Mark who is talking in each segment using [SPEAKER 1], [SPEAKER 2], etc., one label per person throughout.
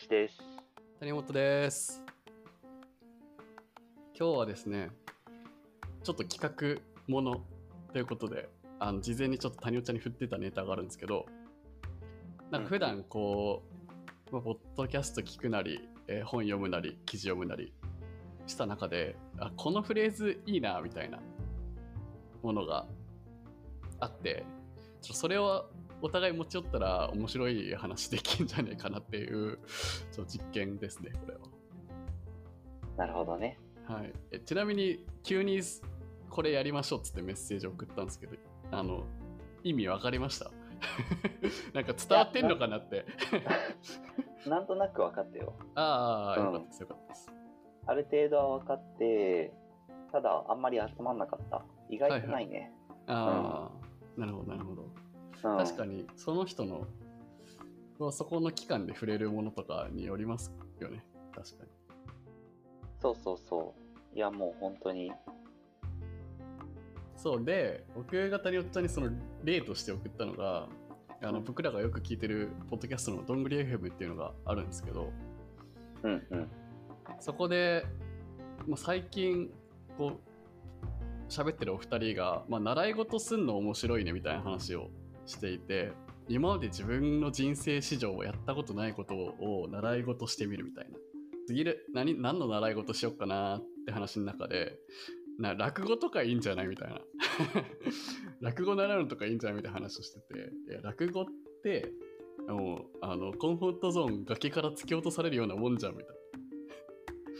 [SPEAKER 1] 橋です。
[SPEAKER 2] 谷本です今日はですねちょっと企画ものということであの事前にちょっと谷本ちゃんに振ってたネタがあるんですけどなんか普段こう、まあ、ポッドキャスト聞くなり、えー本読むなり記事読むなりした中であこのフレーズいいなみたいなものがあってちょっとそれをお互い持ち寄ったら面白い話できんじゃねえかなっていうちょっと実験ですねこれは。
[SPEAKER 1] なるほど ね。
[SPEAKER 2] はい、えちなみに急にすこれやりましょうっつってメッセージ送ったんですけどあの意味わかりました なんか伝わってんのかなって
[SPEAKER 1] なんとなく分かったよ。
[SPEAKER 2] ああ
[SPEAKER 1] うん
[SPEAKER 2] よかったですよかったです
[SPEAKER 1] ある程度は分かって、ただあんまり集まんなかった。意外とないね。
[SPEAKER 2] ああなるほどなるほど
[SPEAKER 1] うん
[SPEAKER 2] 確かにその人のまあそこの期間で触れるものとかによりますよね確かに
[SPEAKER 1] そうそうそう。いやもう本当に。
[SPEAKER 2] そうで僕が谷おっちゃんにその例として送ったのがあの僕らがよく聞いてるポッドキャストの「どんぐり FM」っていうのがあるんですけど
[SPEAKER 1] うんうん。
[SPEAKER 2] そこで、まあ、最近こう喋ってるお二人が、まあ、習い事すんの面白いねみたいな話をしていて今まで自分の人生史上やったことないことを習い事してみるみたいな次る何何の習い事しよっかなって話の中でな落語とかいいんじゃないみたいな 落語習うのとかいいんじゃないみたいな話をしてていや落語ってもうあのコンフォートゾーン崖から突き落とされるようなもんじゃんみたいな。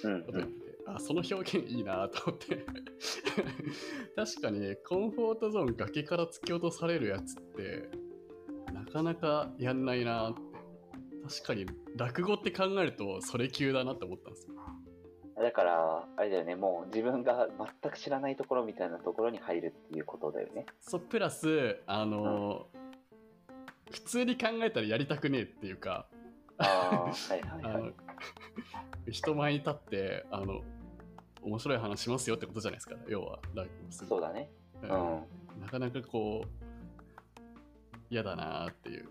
[SPEAKER 1] うん
[SPEAKER 2] こと
[SPEAKER 1] う
[SPEAKER 2] 言っ
[SPEAKER 1] ん。
[SPEAKER 2] てあその表現いいなと思って 確かにコンフォートゾーン崖から突き落とされるやつってなかなかやんないなって確かに落語って考えるとそれ級だなって思ったんですよ
[SPEAKER 1] だから、あれだよね。もう自分が全く知らないところみたいなところに入るっていうことだよね。
[SPEAKER 2] そうプラスあのー普通に考えたらやりたくねえっていうか
[SPEAKER 1] ああ、 はいはい
[SPEAKER 2] あ
[SPEAKER 1] はい。
[SPEAKER 2] の人前に立ってあの面白い話しますよってことじゃないですか要は落語する
[SPEAKER 1] そうだね。
[SPEAKER 2] う
[SPEAKER 1] うんん。
[SPEAKER 2] なかなかこう嫌だなーっていう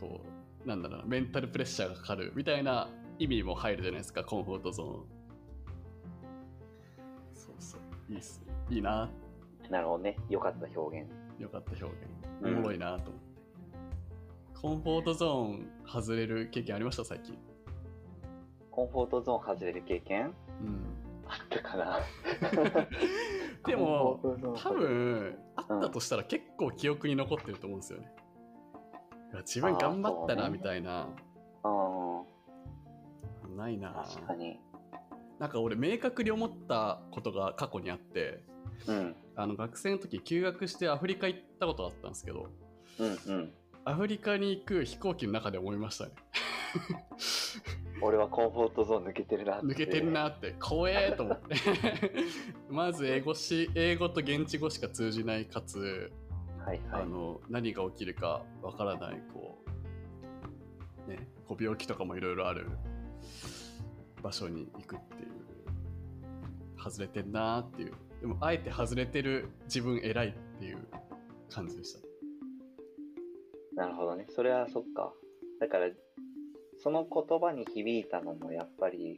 [SPEAKER 2] こうなんだろうなメンタルプレッシャーがかかるみたいな意味も入るじゃないですかコンフォートゾーンそうそういいっすいいな
[SPEAKER 1] なるほどね。よかった表現。
[SPEAKER 2] よかった表現お
[SPEAKER 1] うん
[SPEAKER 2] もろいなと思って、コンフォートゾーン外れる経験ありました最近
[SPEAKER 1] コンフォートゾーン外れる経験
[SPEAKER 2] うん
[SPEAKER 1] あったかな。
[SPEAKER 2] でも
[SPEAKER 1] コンフォートゾーン
[SPEAKER 2] 多
[SPEAKER 1] 外れる
[SPEAKER 2] 分あったとしたら結構記憶に残ってると思うんですよね、いや自分頑張った
[SPEAKER 1] あー
[SPEAKER 2] な
[SPEAKER 1] そうね
[SPEAKER 2] みたいな、
[SPEAKER 1] うん。
[SPEAKER 2] ないな
[SPEAKER 1] 確かに。
[SPEAKER 2] なんか俺明確に思ったことが過去にあって
[SPEAKER 1] うん。
[SPEAKER 2] あの学生の時休学してアフリカ行ったことあったんですけど
[SPEAKER 1] うんうん。
[SPEAKER 2] アフリカに行く飛行機の中で思いましたね
[SPEAKER 1] 俺はコンフォートゾーン抜けてるなって。
[SPEAKER 2] 抜けてる。なって怖えと 思ってまず英語し英語と現地語しか通じないかつ
[SPEAKER 1] はいは
[SPEAKER 2] あ
[SPEAKER 1] い。
[SPEAKER 2] の何が起きるかわからないこうねこう病気とかもいろいろある場所に行くっていう外れてんなーっていうでもあえて外れてる自分偉いっていう感じでした
[SPEAKER 1] なるほどね。それはそっか。だから、その言葉に響いたのもやっぱり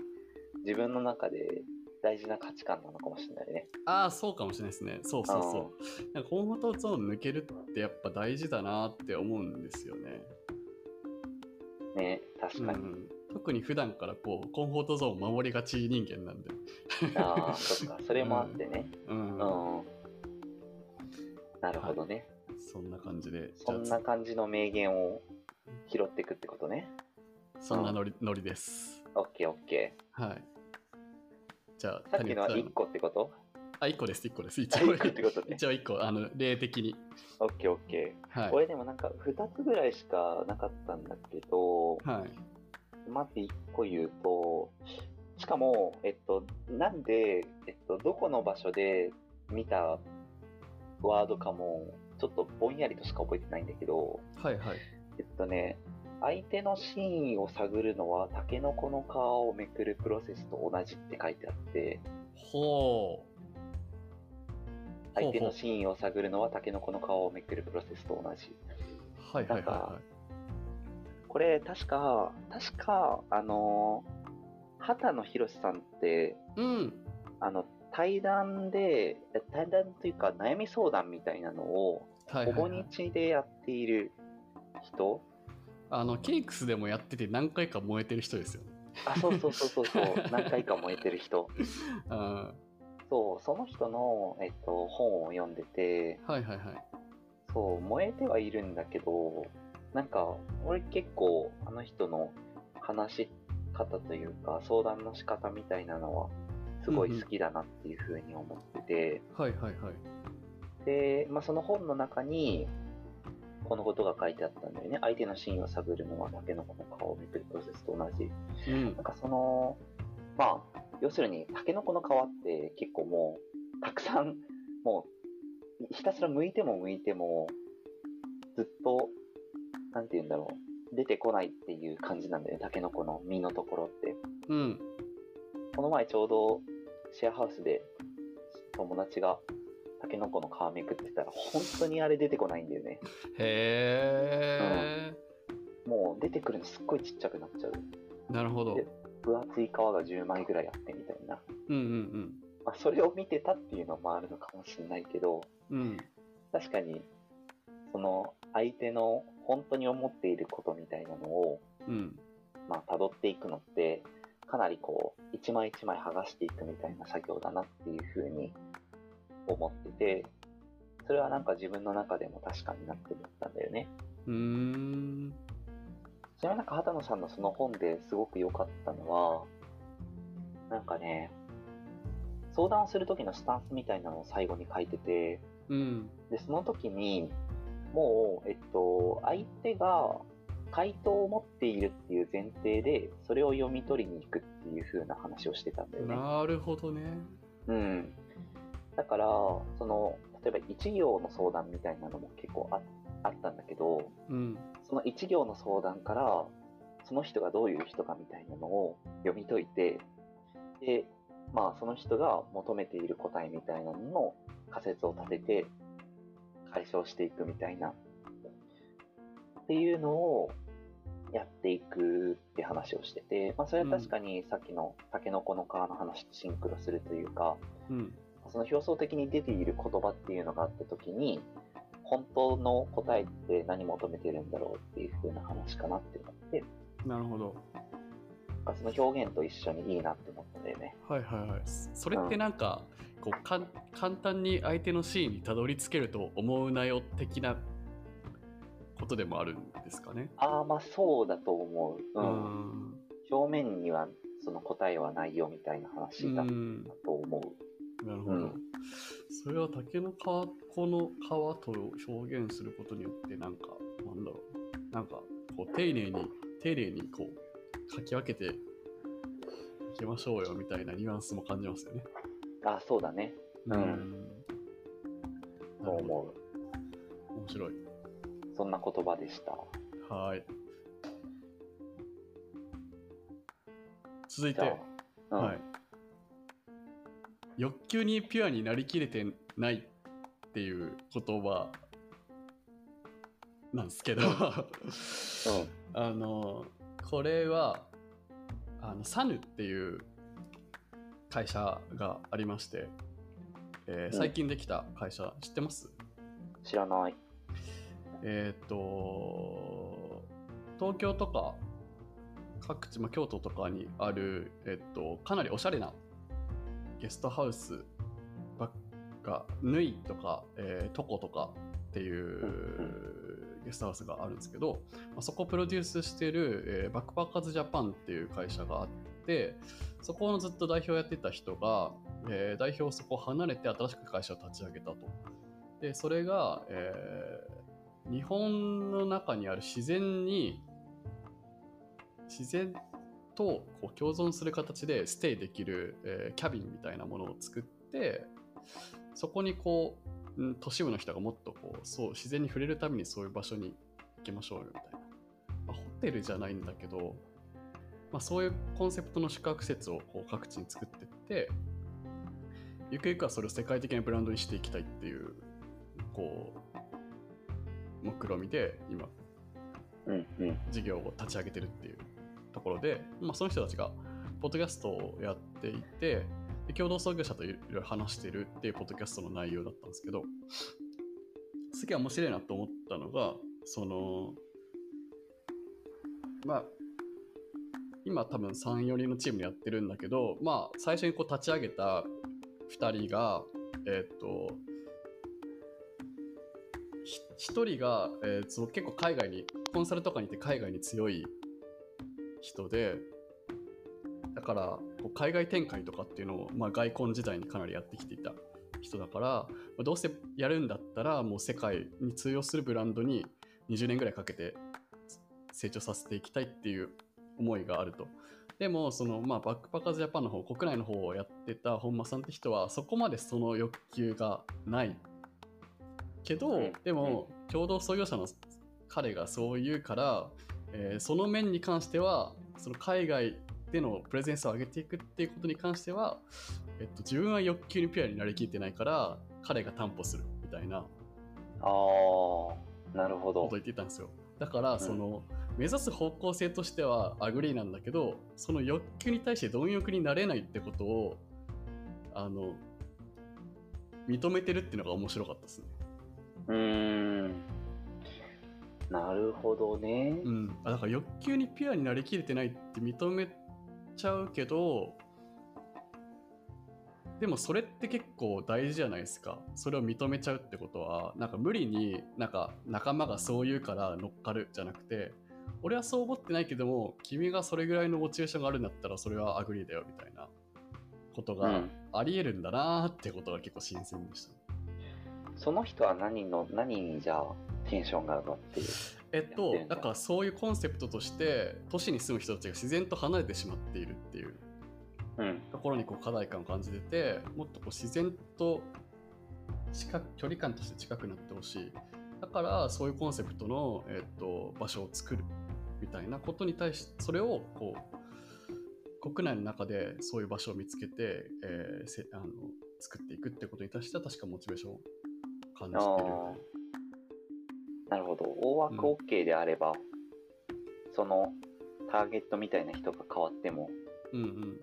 [SPEAKER 1] 自分の中で大事な価値観なのかもしれないね。
[SPEAKER 2] ああそうかもしれないですねそうそうそうなんかホームトゾーン抜けるってやっぱ大事だなーって思うんですよね
[SPEAKER 1] ね、確か
[SPEAKER 2] う
[SPEAKER 1] に。
[SPEAKER 2] ん特に普段からこうコンフォートゾーンを守りがち人間なんで
[SPEAKER 1] ああ、そっか。それもあってね。
[SPEAKER 2] うん、
[SPEAKER 1] うん。なるほどね。
[SPEAKER 2] そんな感じで
[SPEAKER 1] そん
[SPEAKER 2] じゃ
[SPEAKER 1] な感じの名言を拾っていくってことね。
[SPEAKER 2] あそんなノリノリです
[SPEAKER 1] オッケーオッケ
[SPEAKER 2] はい。じゃあ、
[SPEAKER 1] ー。さっきのは
[SPEAKER 2] 谷
[SPEAKER 1] 1
[SPEAKER 2] 口
[SPEAKER 1] 個って こと
[SPEAKER 2] さんあ、1個です、1個です。一応、
[SPEAKER 1] ?1 個ってことね。
[SPEAKER 2] 一応一個、あの、例的に。
[SPEAKER 1] オッケーオッケー。
[SPEAKER 2] はい。
[SPEAKER 1] 俺でもなんか2つぐらいしかなかったんだけど、
[SPEAKER 2] はい。
[SPEAKER 1] まず1個言うと、しかも、えっと、なんで、えっと、どこの場所で見たワードかも、ちょっとぼんやりとしか覚えてないんだけど、
[SPEAKER 2] はいはい。
[SPEAKER 1] えっとね、相手の真意を探るのは、タケノコの皮をめくるプロセスと同じって書いてあって、
[SPEAKER 2] ほう。ほ
[SPEAKER 1] 相
[SPEAKER 2] う
[SPEAKER 1] 手
[SPEAKER 2] ほ
[SPEAKER 1] の
[SPEAKER 2] う。
[SPEAKER 1] 真意を探るのは、タケノコの皮をめくるプロセスと同じ。
[SPEAKER 2] はいはいはい
[SPEAKER 1] なん
[SPEAKER 2] は
[SPEAKER 1] かこれ確か、確か、あのー、畑野博さんって、
[SPEAKER 2] うん
[SPEAKER 1] あの、対談で、対談というか悩み相談みたいなのを、
[SPEAKER 2] はい
[SPEAKER 1] ほ
[SPEAKER 2] はい、
[SPEAKER 1] ぼ
[SPEAKER 2] はい、
[SPEAKER 1] 日でやっている人
[SPEAKER 2] あのケイクスでもやってて何回か燃えてる人ですよね
[SPEAKER 1] あ、そうそうそうそう そう、何回か燃えてる人。
[SPEAKER 2] あ
[SPEAKER 1] そう、その人の、えっと、本を読んでて、
[SPEAKER 2] ーはいはいはい
[SPEAKER 1] そう、燃えてはいるんだけど、なんか、俺結構、あの人の話し方というか、相談の仕方みたいなのは、すごい好きだなっていうふうに思ってて、
[SPEAKER 2] はいはいはい
[SPEAKER 1] で、まあ、その本の中に、このことが書いてあったんだよね。相手の真意を探るのは、タケノコの皮をめくるプロセスと同じ。
[SPEAKER 2] うん
[SPEAKER 1] なんかその、まあ、要するに、タケノコの皮って結構もう、たくさん、 もう、ひたすら剥いても剥いても、ずっと、なんて言うんだろう、出てこないっていう感じなんだよね、タケノコの実のところって。
[SPEAKER 2] うん
[SPEAKER 1] この前ちょうど、シェアハウスで、友達が、タケノコの皮めくってたら、本当にあれ出てこないんだよね。
[SPEAKER 2] へえ、
[SPEAKER 1] もう出てくるのすっごいちっちゃくなっちゃう。
[SPEAKER 2] なるほど
[SPEAKER 1] で分厚い皮が10枚ぐらいあってみたいな。
[SPEAKER 2] うんうん
[SPEAKER 1] まあ、それを見てたっていうのもあるのかもしれないけど、
[SPEAKER 2] うんうん
[SPEAKER 1] 確かに、その相手の本当に思っていることみたいなのを、
[SPEAKER 2] うん
[SPEAKER 1] まあ、辿っていくのって、かなりこう、一枚一枚剥がしていくみたいな作業だなっていうふうに思ってて、それはなんか自分の中でも確かになって思ったんだよね。
[SPEAKER 2] うーん
[SPEAKER 1] ちなみになんか、畑野さんのその本ですごく良かったのは、なんかね、相談をする時のスタンスみたいなのを最後に書いてて、
[SPEAKER 2] うん
[SPEAKER 1] で、その時に、もう、えっと、相手が回答を持っているっていう前提で、それを読み取りに行くっていう風な話をしてたんだよね。
[SPEAKER 2] なるほどね
[SPEAKER 1] うん。だから、その、例えば一行の相談みたいなのも結構ああったんだけど、
[SPEAKER 2] うん
[SPEAKER 1] その一行の相談から、その人がどういう人かみたいなのを読み解いて、で、まあその人が求めている答えみたいなのの仮説を立てて、解消していくみたいな、っていうのをやっていくって話をしてて、まあそれは確かにさっきのタケノコの皮の話とシンクロするというか、
[SPEAKER 2] うん
[SPEAKER 1] その表層的に出ている言葉っていうのがあった時に本当の答えって何求めてるんだろうっていう風な話かなって思って
[SPEAKER 2] なるほど
[SPEAKER 1] なんかその表現と一緒にいいなって思ったんだよね
[SPEAKER 2] はいはいはいそそれってなんかこうかん簡単に相手のシーンにたどり着けると思うなよ的なことでもあるんですかね
[SPEAKER 1] ああまあそうだと思う、う
[SPEAKER 2] う
[SPEAKER 1] ん、
[SPEAKER 2] ん
[SPEAKER 1] 表面にはその答えはないよみたいな話だ
[SPEAKER 2] う
[SPEAKER 1] っ
[SPEAKER 2] ん
[SPEAKER 1] たと思う
[SPEAKER 2] なるほど、
[SPEAKER 1] うん
[SPEAKER 2] それは竹の皮この皮と表現することによってなんかなんだろうなんかこう丁寧に丁寧にこう書き分けていきましょうよみたいなニュアンスも感じますよね
[SPEAKER 1] ああそうだねうん
[SPEAKER 2] な
[SPEAKER 1] そう
[SPEAKER 2] るほ
[SPEAKER 1] 思う
[SPEAKER 2] ど面白い
[SPEAKER 1] そんな言葉でした
[SPEAKER 2] はい。続い
[SPEAKER 1] じゃ
[SPEAKER 2] て、
[SPEAKER 1] あ、うん
[SPEAKER 2] はい、欲求にピュアになりきれてないっていう言葉なんですけど、 あのこれはあのサヌっていう会社がありまして、えー
[SPEAKER 1] うん
[SPEAKER 2] 最近できた会社、知ってます
[SPEAKER 1] 知らない
[SPEAKER 2] えーっ、と、東京とか、各地、まあ、京都とかにある、えっと、かなりおしゃれなゲストハウスばっか、ぬいとか、えー、トコとかっていうゲストハウスがあるんですけど、まあ、そこをプロデュースしてる、えーバックパッカーズジャパンっていう会社があって、そこのずっと代表をやってた人が、えー代表をそこを離れて新しく会社を立ち上げたと。で、それが、えー日本の中にある自然に、自然とこう共存する形でステイできる、えーキャビンみたいなものを作って、そこにこう、うん都市部の人がもっとこう、そう、自然に触れるためにそういう場所に行きましょうよみたいな。まあホテルじゃないんだけど、まあ、そういうコンセプトの宿泊施設をこう各地に作ってってゆくゆくはそれを世界的なブランドにしていきたいっていうこう目論みで今
[SPEAKER 1] うんうん
[SPEAKER 2] 事業を立ち上げてるっていうところで、まあ、その人たちがポッドキャストをやっていてで共同創業者といろいろ話してるっていうポッドキャストの内容だったんですけどすげえ面白いなと思ったのがそのまあ今多分34人のチームでやってるんだけどまあ最初にこう立ち上げた2人がえーっとひ一人が、えーその結構海外にコンサルとかに行って海外に強い人でだからこう海外展開とかっていうのを、まあ、外交時代にかなりやってきていた人だから、まあどうせやるんだったらもう世界に通用するブランドに20年ぐらいかけて成長させていきたいっていう思いがあると。でもその、まあ、バックパッカーズジャパンの方国内の方をやってた本間さんって人はそこまでその欲求がないけど、
[SPEAKER 1] うん
[SPEAKER 2] でも共同創業者の彼がそう言うから、えーその面に関してはその海外でのプレゼンスを上げていくっていうことに関しては、えっと、自分は欲求にピュアになりきってないから彼が担保するみたいな
[SPEAKER 1] ああなるほ
[SPEAKER 2] こ
[SPEAKER 1] ど
[SPEAKER 2] と言ってたんですよだからその、目指す方向性としてはアグリーなんだけどその欲求に対して貪欲になれないってことをあの認めてるっていうのが面白かったですね
[SPEAKER 1] うーんなるほどね、
[SPEAKER 2] うん、あだから欲求にピュアになりきれてないって認めちゃうけどでもそれって結構大事じゃないですかそれを認めちゃうってことはなんか無理になんか仲間がそう言うから乗っかるじゃなくて俺はそう思ってないけども君がそれぐらいのモチベーションがあるんだったらそれはアグリーだよみたいなこと
[SPEAKER 1] う
[SPEAKER 2] が
[SPEAKER 1] ん、
[SPEAKER 2] ありえるんだなーってことが結構新鮮でした、
[SPEAKER 1] その人は何の何にじゃあテンションが上がってる
[SPEAKER 2] え
[SPEAKER 1] や
[SPEAKER 2] っ
[SPEAKER 1] っ
[SPEAKER 2] と
[SPEAKER 1] てるんだ
[SPEAKER 2] だからそういうコンセプトとして都市に住む人たちが自然と離れてしまっているっていう
[SPEAKER 1] うん
[SPEAKER 2] ところにこう課題感を感じててもっとこう自然と近く距離感として近くなってほしいだからそういうコンセプトの、えっと場所を作るみたいなことに対してそれをこう国内の中でそういう場所を見つけて、えーせあの作っていくってことに対しては確かモチベーションを感じ
[SPEAKER 1] あ
[SPEAKER 2] て
[SPEAKER 1] ーなるほど大枠
[SPEAKER 2] うん
[SPEAKER 1] OK であれば、そのターゲットみたいな人が変わっても
[SPEAKER 2] る。うんうん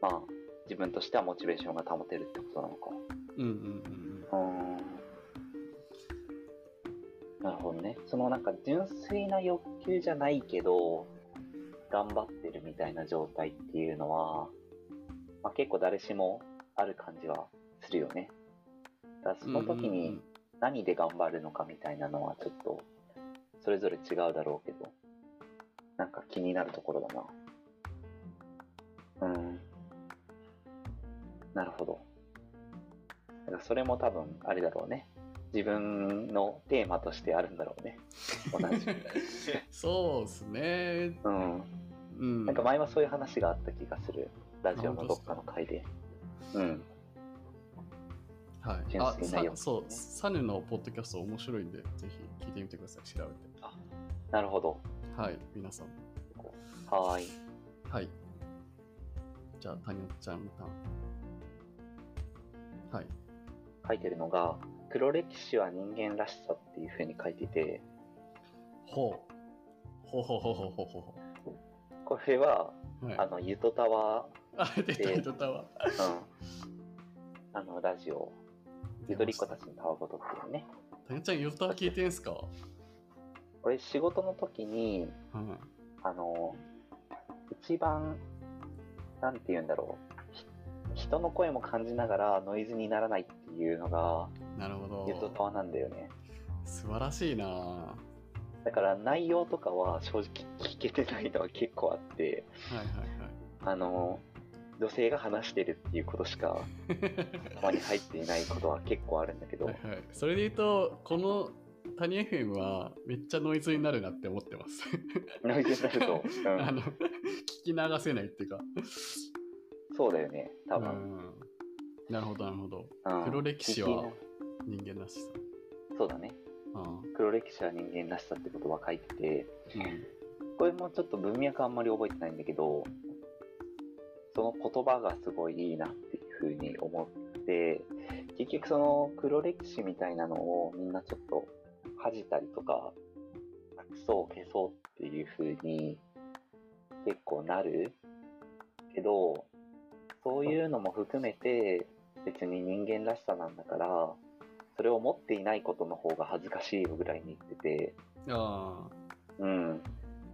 [SPEAKER 1] まあ自分としてはモチベーションが保てるってことなのか
[SPEAKER 2] うんうんうん
[SPEAKER 1] うーんなるほどねそのなんか純粋な欲求じゃないけど頑張ってるみたいな状態っていうのは、まあ、結構誰しもある感じはするよねだから
[SPEAKER 2] う
[SPEAKER 1] そ
[SPEAKER 2] ん
[SPEAKER 1] の時
[SPEAKER 2] うんうんう
[SPEAKER 1] に
[SPEAKER 2] ん
[SPEAKER 1] 何で頑張るのかみたいなのはちょっとそれぞれ違うだろうけどなんか気になるところだなうんなるほどだからそれも多分あれだろうね自分のテーマとしてあるんだろうね同じ
[SPEAKER 2] そうですね。
[SPEAKER 1] うん
[SPEAKER 2] うん、
[SPEAKER 1] なんか前はそういう話があった気がするラジオのどっかの回でうん
[SPEAKER 2] はい、
[SPEAKER 1] 純
[SPEAKER 2] あ
[SPEAKER 1] 粋な
[SPEAKER 2] さ
[SPEAKER 1] 欲求
[SPEAKER 2] そう
[SPEAKER 1] ね
[SPEAKER 2] サヌのポッドキャスト面白いんでぜひ聞いてみてください調べて
[SPEAKER 1] なるほど
[SPEAKER 2] はい皆さん
[SPEAKER 1] はーい
[SPEAKER 2] はいじゃあ谷尾ちゃんのターンはい
[SPEAKER 1] 書いてるのが「黒歴史は人間らしさ」っていうふうに書いてて
[SPEAKER 2] ほうほうほうほうほうほうほ
[SPEAKER 1] これは
[SPEAKER 2] うはい
[SPEAKER 1] あのゆとたわ、
[SPEAKER 2] あ出た出たわ
[SPEAKER 1] うん、あのラジオゆとりっ子たちのたわごとっていうね
[SPEAKER 2] 谷尾ちゃんヨタ聞いてんすか
[SPEAKER 1] 俺仕事の時に
[SPEAKER 2] うん
[SPEAKER 1] あの一番なんて言うんだろうひ人の声も感じながらノイズにならないっていうのが
[SPEAKER 2] なるほ
[SPEAKER 1] ゆとた
[SPEAKER 2] ど
[SPEAKER 1] わなんだよね
[SPEAKER 2] 素晴らしいな
[SPEAKER 1] だから内容とかは正直聞けてないのは結構あって
[SPEAKER 2] はい
[SPEAKER 1] あの女性が話してるっていうことしか 頭
[SPEAKER 2] はいはい
[SPEAKER 1] に入っていないことは結構あるんだけど
[SPEAKER 2] はいはい、それで言うとこの谷 FM はめっちゃノイズになるなって思ってます、
[SPEAKER 1] ノイズになると、う
[SPEAKER 2] あ
[SPEAKER 1] ん、
[SPEAKER 2] の聞き流せないっていうか
[SPEAKER 1] そうだよね多分、
[SPEAKER 2] うんなるほどなるほど
[SPEAKER 1] うん
[SPEAKER 2] 黒歴史は
[SPEAKER 1] 聞きな
[SPEAKER 2] 人間らしさ
[SPEAKER 1] そうだね
[SPEAKER 2] ああ
[SPEAKER 1] 黒歴史は人間らしさって言葉書いてて
[SPEAKER 2] うん
[SPEAKER 1] これもちょっと文脈あんまり覚えてないんだけどその言葉がすごいいいなっていうふうに思って結局その黒歴史みたいなのをみんなちょっと恥じたりとか隠そう消そうっていう風に結構なるけどそういうのも含めて別に人間らしさなんだからそれを持っていないことの方が恥ずかしいよぐらいに言ってて
[SPEAKER 2] あ
[SPEAKER 1] うん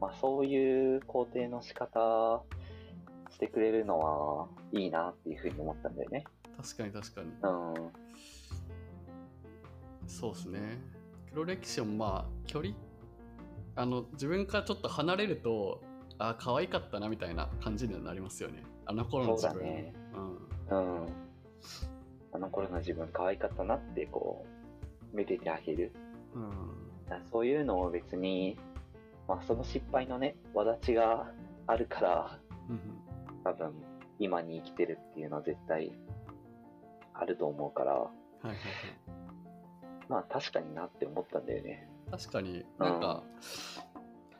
[SPEAKER 1] まあそういう肯定の仕方してくれるのはいいなっていう風に思ったんだよね
[SPEAKER 2] あ確かに確かに
[SPEAKER 1] うん
[SPEAKER 2] そうですね黒歴史もまあ距離あの自分からちょっと離れるとああ可愛かったなみたいな感じにはなりますよねあの頃の自分
[SPEAKER 1] そうだね
[SPEAKER 2] うん
[SPEAKER 1] うんあの頃の自分可愛かったなってこうめでてあげる
[SPEAKER 2] うん
[SPEAKER 1] だからそういうのを別に、まあ、その失敗のねわだちがあるから
[SPEAKER 2] うん
[SPEAKER 1] 多分今に生きてるっていうのは絶対あると思うから
[SPEAKER 2] はいはいはい
[SPEAKER 1] まあ確かになって思ったんだよね
[SPEAKER 2] 確かになんか、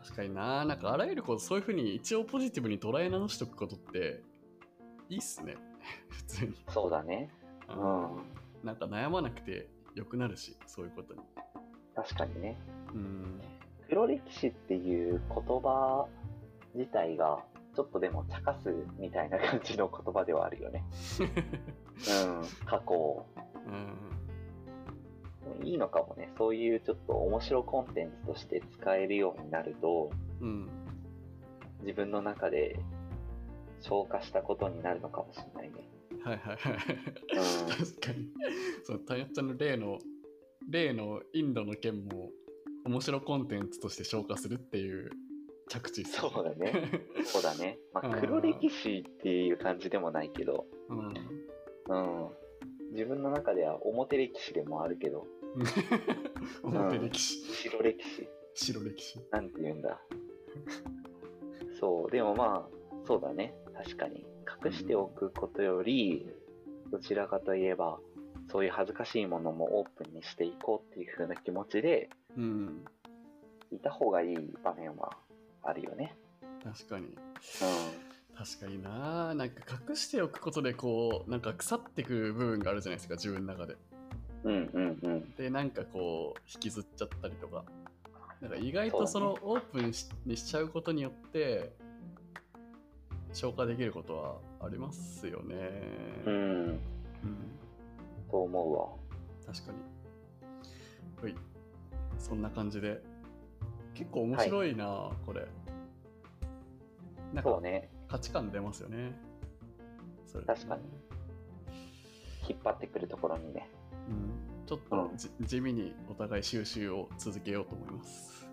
[SPEAKER 2] 確かにななんかあらゆることそういうふうに一応ポジティブに捉え直しとくことっていいっすね 普通に、
[SPEAKER 1] そうだね
[SPEAKER 2] う
[SPEAKER 1] うん
[SPEAKER 2] なんか悩まなくてよくなるしそういうことに
[SPEAKER 1] 確かにね
[SPEAKER 2] うん
[SPEAKER 1] 黒歴史っていう言葉自体がちょっとでも茶化すみたいな感じの言葉ではあるよねうん過去を
[SPEAKER 2] うん
[SPEAKER 1] いいのかもねそういうちょっと面白コンテンツとして使えるようになると
[SPEAKER 2] うん
[SPEAKER 1] 自分の中で消化したことになるのかもしれないね。
[SPEAKER 2] はいはいはい
[SPEAKER 1] うん
[SPEAKER 2] 確かにそのタヤちゃんの例の例のインドの件も面白コンテンツとして消化するっていう着地っす
[SPEAKER 1] そうだね。そうだね。ま
[SPEAKER 2] う
[SPEAKER 1] あ、
[SPEAKER 2] ん
[SPEAKER 1] 黒歴史っていう感じでもないけど、
[SPEAKER 2] うん
[SPEAKER 1] うん。自分の中では表歴史でもあるけど、
[SPEAKER 2] 表歴史
[SPEAKER 1] 白歴史
[SPEAKER 2] 白歴史
[SPEAKER 1] なんて言うんだ。そう、でもまあ、そうだね。確かに。隠しておくことより、どちらかといえば、そういう恥ずかしいものもオープンにしていこうっていう風な気持ちで、
[SPEAKER 2] うん
[SPEAKER 1] いた方がいい場面はあるよね。
[SPEAKER 2] 確かに
[SPEAKER 1] うん。
[SPEAKER 2] 確かにななんか隠しておくことでこうなんか腐ってくる部分があるじゃないですか自分の中で
[SPEAKER 1] うんうんうん。
[SPEAKER 2] でなんかこう引きずっちゃったりとかなんか意外とそのオープンしにしちゃうことによって消化できることはありますよね、
[SPEAKER 1] うん、
[SPEAKER 2] うん
[SPEAKER 1] と思うわ。
[SPEAKER 2] 確かにはいそんな感じで結構面白いな、これなん
[SPEAKER 1] そ
[SPEAKER 2] か
[SPEAKER 1] うね。
[SPEAKER 2] 価値観出ますよねそれ
[SPEAKER 1] 確かに引っ張ってくるところに ね。
[SPEAKER 2] うん、ちょっとじ地味にお互い収集を続けようと思います。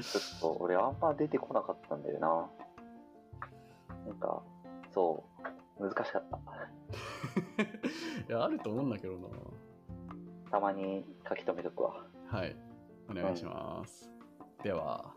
[SPEAKER 1] ちょっと俺あんま出てこなかったんだよな。なんか、そう、難しかった。
[SPEAKER 2] いや、あると思うんだけど
[SPEAKER 1] たまに書き留めとくわ。
[SPEAKER 2] な。はい。お願いします。では。